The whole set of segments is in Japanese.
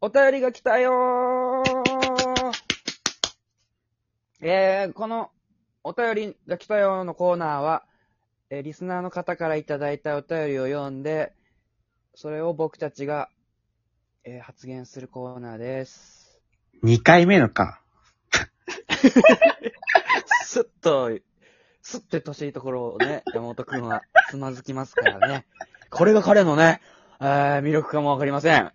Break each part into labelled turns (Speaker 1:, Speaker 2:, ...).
Speaker 1: お便りが来たよーえー、この、お便りが来たよーのコーナーは、えーリスナーの方からいただいたお便りを読んで、それを僕たちが、えー発言するコーナーです。
Speaker 2: 2回目のか。
Speaker 1: すっと、すってとしいところをね、山本くんはつまずきますからね。これが彼のね、えー魅力かもわかりません。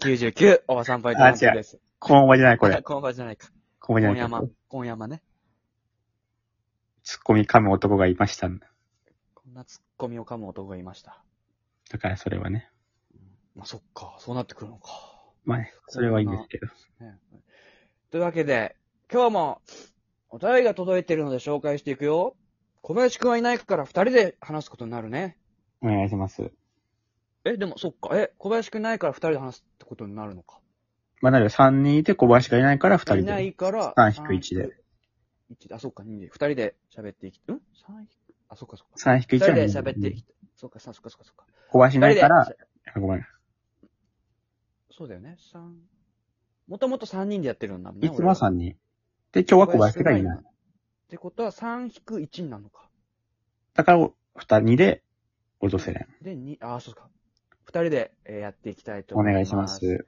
Speaker 1: 99、おばさんパイトナンチです。
Speaker 2: 今後じゃない、こ
Speaker 1: あ
Speaker 2: れ。
Speaker 1: 今晩じゃないか。
Speaker 2: 今後じゃ
Speaker 1: 今
Speaker 2: ない。
Speaker 1: 山、今山ね。
Speaker 2: ツッコミ噛む男がいました。
Speaker 1: こんなツッコミを噛む男がいました。
Speaker 2: だからそれはね。
Speaker 1: まあ、そっか、そうなってくるのか。
Speaker 2: まあね、それはいいんですけど。
Speaker 1: というわけで、今日も、お便りが届いてるので紹介していくよ。小林くんはいないから二人で話すことになるね。
Speaker 2: お願いします。
Speaker 1: え、でもそっか、え、小林くんいないから二人で話すってことになるのか。
Speaker 2: まあ、なる3人いて小林がいないから2人で。
Speaker 1: いないから、
Speaker 2: 3引く1で。
Speaker 1: 1で、あ、そっか、2で、二人で喋っていき、ん ?3 引く、あ、そっかそっか。
Speaker 2: 3引く
Speaker 1: 二
Speaker 2: 1
Speaker 1: 人
Speaker 2: は
Speaker 1: で
Speaker 2: ね
Speaker 1: 喋っていき、そっか、さそっかそっかそっか。
Speaker 2: 小林いないか
Speaker 1: 二
Speaker 2: ら
Speaker 1: 人、で
Speaker 2: あごめん。
Speaker 1: そうだよね、三もともと3人でやってるんだもんね。
Speaker 2: いつ
Speaker 1: 俺
Speaker 2: も
Speaker 1: は
Speaker 2: 3人。で、今日は小林がい
Speaker 1: な
Speaker 2: ない
Speaker 1: な。っ
Speaker 2: い
Speaker 1: てことは3引く1になるのか。
Speaker 2: だから、2人で、オルドセレン。
Speaker 1: で、2、ああ、そうか。2人で、えーやっていきたいと
Speaker 2: お
Speaker 1: 思います。
Speaker 2: 願いしま。す。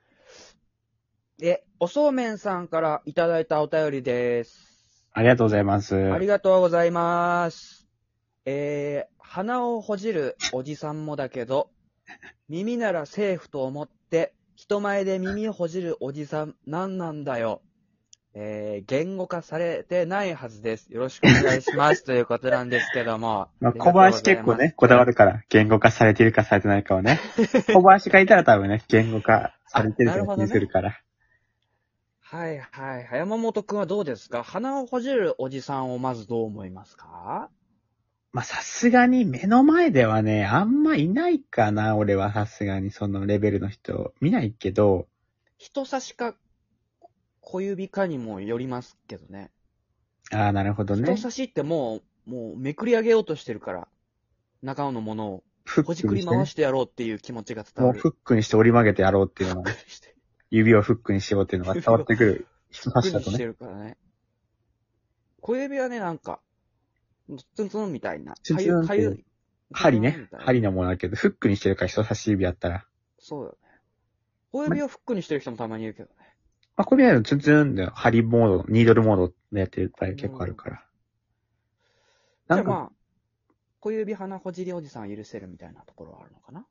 Speaker 1: え、おそうめんさんからいただいたお便りです。
Speaker 2: ありがとうございます。
Speaker 1: ありがとうございます。えー、鼻をほじるおじさんもだけど、耳ならセーフと思って、人前で耳をほじるおじさん、なんなんだよ。えー、言語化されてないはずです。よろしくお願いし ます。ということなんですけども。
Speaker 2: まあ、小林結構ね、こだわるから、言語化されているかされてないか をね。小林がいたら多分ね、言語化されてるから気にするから。
Speaker 1: はいはい。山本くんはどうですか鼻をほじるおじさんをまずどう思いますか
Speaker 2: まあ、さすがに目の前ではね、あんまいないかな、俺はさすがにそのレベルの人。見ないけど、
Speaker 1: 人差しか小指かにもよりますけどね。
Speaker 2: ああ、なるほどね
Speaker 1: 人。差しってもう、もうめくり上げようとしてるから、中のものを
Speaker 2: フ
Speaker 1: ほじ
Speaker 2: ック
Speaker 1: くり
Speaker 2: にして、
Speaker 1: 回
Speaker 2: ね、
Speaker 1: してやろうっていう気持ちが伝
Speaker 2: も
Speaker 1: わ
Speaker 2: う
Speaker 1: る。
Speaker 2: フックにして折り曲げてやろうっていうの
Speaker 1: ふ
Speaker 2: が
Speaker 1: っ、くりして
Speaker 2: 指をフックにしようっていうのが伝わってくる人
Speaker 1: ふ
Speaker 2: 差
Speaker 1: っく
Speaker 2: しだ
Speaker 1: り
Speaker 2: と
Speaker 1: して
Speaker 2: ね。
Speaker 1: るからね。小指はね、なんか、ツンツンみたいな。
Speaker 2: ツンツンって
Speaker 1: かゆかゆい
Speaker 2: 針
Speaker 1: ツンツン
Speaker 2: ね
Speaker 1: みた。いな
Speaker 2: 針のものだけど、フックにしてるから人差し指やったら。
Speaker 1: そうだよね。小指をフックにしてる人もたまにいるけどね。
Speaker 2: まあ、これはツンツンで、針モード、ニードルモードでやってる場合結構あるから。
Speaker 1: じ
Speaker 2: な
Speaker 1: ゃあ
Speaker 2: んか、
Speaker 1: まあ、小指鼻ほじりおじさん許せるみたいなところはあるのかな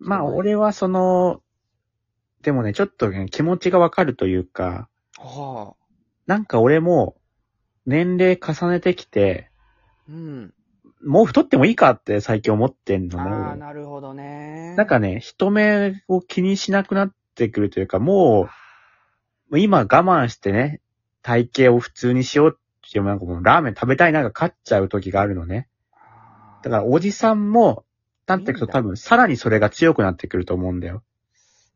Speaker 2: まあ、俺はその、でもね、ちょっとね、気持ちがわかるというか、
Speaker 1: はあ。
Speaker 2: なんか俺も、年齢重ねてきて、
Speaker 1: うん。
Speaker 2: もう太ってもいいかって最近思ってんの
Speaker 1: ああ、
Speaker 2: ね。
Speaker 1: なるほどね。、
Speaker 2: なん、かね、人目を気にしなくなってくるというか、もう、もう今我慢してね、体型を普通にしようっていう、なんかもうラーメン食べたいなんか勝っちゃう時があるのね。だかららおじさんも、なっていく
Speaker 1: いいん
Speaker 2: と
Speaker 1: だ
Speaker 2: 多分さらにそれが強くなってくると思うんだよ。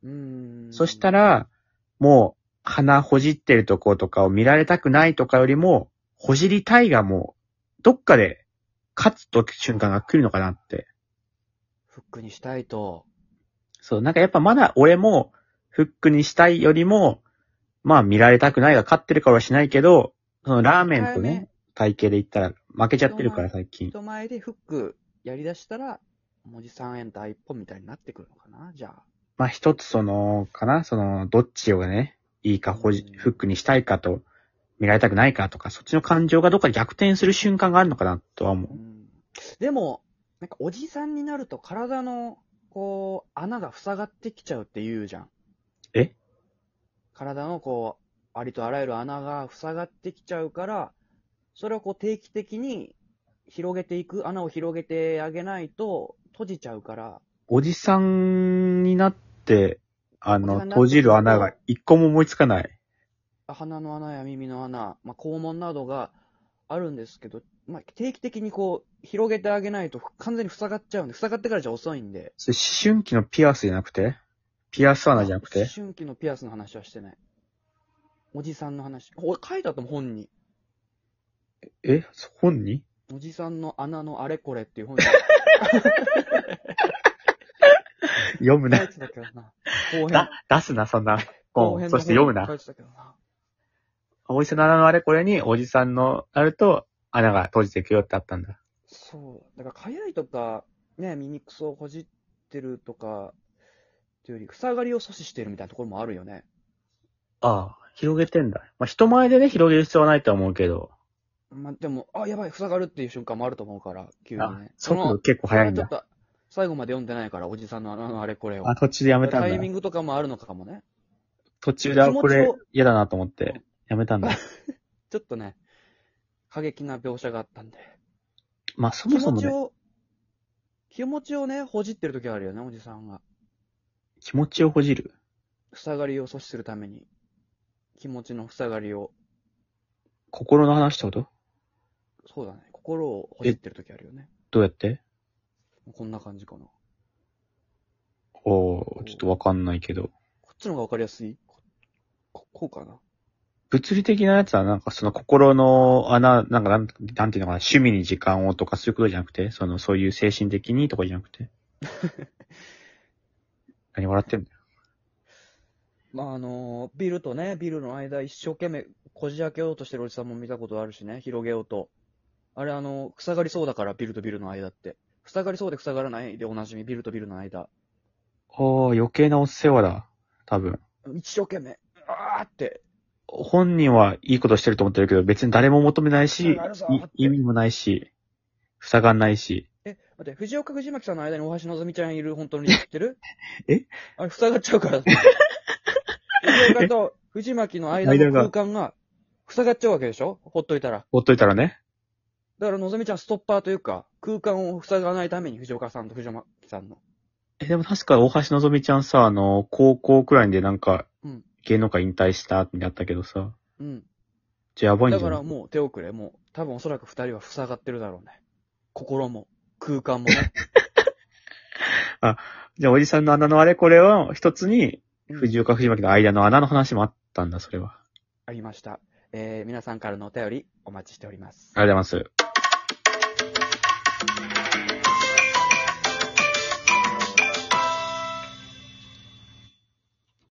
Speaker 1: うん。
Speaker 2: そした、ら、もう、鼻ほじってるとことかを見られたくないとかよりも、ほじりたいがもう、どっかで、勝つと瞬間が来るのかなって。
Speaker 1: フックにしたいと。
Speaker 2: そう、なんかやっぱまだ俺も、フックにしたいよりも、まあ見られたくないが勝ってるからはしないけど、そのラーメンとね、体型で言ったら負けちゃってるから最近。
Speaker 1: 人前でフックやりだしたら、おじさんへの第一歩みたいになってくるのかなじゃあ。
Speaker 2: まあ一つその、かな、その、どっちをね、いいかほじ
Speaker 1: うん、
Speaker 2: フックにしたいかと、見られたくないかとか、そっちの感情がどっかで逆転する瞬間があるのかなとは思う
Speaker 1: う。ん。でも、なんかおじさんになると体の、こう、穴が塞がってきちゃうって言うじゃん。
Speaker 2: え
Speaker 1: 体のこう、ありとあらゆる穴が塞がってきちゃうから、それをこう定期的に広げていく、穴を広げてあげないと閉じちゃうから、
Speaker 2: おじさんになって、あ
Speaker 1: おじ
Speaker 2: の、
Speaker 1: さんになって
Speaker 2: 閉じる穴が一個も思いつかない。
Speaker 1: 鼻の穴や耳の穴、まあ、肛門などがあるんですけど、まあ、定期的にこう、広げてあげないと完全に塞がっちゃうんで、塞がってからじゃ遅いんで。
Speaker 2: それ思春期のピアスじゃなくてピアス穴じゃなくて
Speaker 1: 思春期のピアスの話はしてない。おじさんの話。お書いてあったもん、本に。
Speaker 2: えそ本に
Speaker 1: お じさんの穴のあれこれっていう本に。
Speaker 2: 読む
Speaker 1: 書 い
Speaker 2: な。
Speaker 1: てたけどな。後編
Speaker 2: だ。、 出すな、そんな。
Speaker 1: 後
Speaker 2: 本
Speaker 1: 編の
Speaker 2: そして読む
Speaker 1: 書
Speaker 2: な。
Speaker 1: いてたけどな。
Speaker 2: お伊勢の穴のあれこれに、おじさんのあると、穴が閉じていくよってあったんだ。
Speaker 1: そう。だから、かゆいとか、ね、耳くそをほじってるとか、っていうより、塞がりを阻止してるみたいなところもあるよね。
Speaker 2: ああ、広げてんだ。まあ、人前でね、広げる必要はないとは思うけど、
Speaker 1: まあ、でも、あ、やばい、塞がるっていう瞬間もあると思うから、急にね。そ
Speaker 2: 速
Speaker 1: の
Speaker 2: 度結構速いん
Speaker 1: ちょっ
Speaker 2: だ。
Speaker 1: と、最後まで読んでないから、おじさんのあの、あれこれを。
Speaker 2: あ、途中でやめた
Speaker 1: タイ
Speaker 2: ん
Speaker 1: ミ
Speaker 2: だ。
Speaker 1: ングとかもあるのかもね。
Speaker 2: 途中で、あ
Speaker 1: 気持ちを
Speaker 2: これ嫌だなと思って、やめたん だ。
Speaker 1: ちょっとね、過激な描写があったんで。
Speaker 2: まあ、そ
Speaker 1: 気
Speaker 2: もそ
Speaker 1: 持
Speaker 2: も
Speaker 1: ち
Speaker 2: ね、
Speaker 1: を、気持ちをね、ほじってる時あるよね、おじさんが。
Speaker 2: 気持ちをほじる。
Speaker 1: 塞がりを阻止するために。気持ちの塞がりを、
Speaker 2: 心の話ってこと
Speaker 1: そうだね、心をほじってる時あるよね。
Speaker 2: どうやって
Speaker 1: こんな感じかな。
Speaker 2: おー、ちょっとわかんないけど。
Speaker 1: こっちの方がわかりやすいこここうかな。
Speaker 2: 物理的なやつはなんかその心の穴、なんかなんなんていうのかな、趣味に時間をとかそういうことじゃなくて、そのそういう精神的にとかじゃな くて。何笑ってんだよ。
Speaker 1: まあ、あのビルとね、ビルの間一生懸命こじ開けようとしてるおじさんも見たことあるしね、広げようと。あれ、あの塞がりそうだから、ビルとビルの間って。塞がりそうで塞がらないでおなじみ、ビルとビルの間。
Speaker 2: おー、余計なお世話だ。多分。
Speaker 1: 一生懸命、あーって、
Speaker 2: 本人はいいことしてると思ってるけど、別に誰も求めないし、い
Speaker 1: あるぞって
Speaker 2: 意味もないし、塞がんないし。
Speaker 1: え、待って、藤岡藤巻さんの間に大橋のぞみちゃんいる、本当に知ってる
Speaker 2: え
Speaker 1: あれ、塞がっちゃう から。藤岡と藤巻の間の空間が塞がっちゃうわけでしょほっといたら。
Speaker 2: ほっといたらね。
Speaker 1: だから、のぞみちゃんストッパーというか、空間を塞がないために藤岡さんと藤巻さんの。
Speaker 2: え、でも確か大橋のぞみちゃんさ、あの、高校くらいでなんか
Speaker 1: うん、
Speaker 2: 芸能界引退したってなったけどさ、
Speaker 1: うん。
Speaker 2: じゃあやばいん
Speaker 1: だ
Speaker 2: じゃ
Speaker 1: か
Speaker 2: な
Speaker 1: ら
Speaker 2: い
Speaker 1: もう手遅れ。もう、多分おそらく二人は塞がってるだろうね。心も、空間も ね。
Speaker 2: じゃあおじさんの穴のあれこれを一つに、
Speaker 1: うん
Speaker 2: 藤岡藤巻の間の穴の話もあったんだ、それは。
Speaker 1: ありました。えー、皆さんからのお便りお待ちしております。
Speaker 2: ありがとうございます。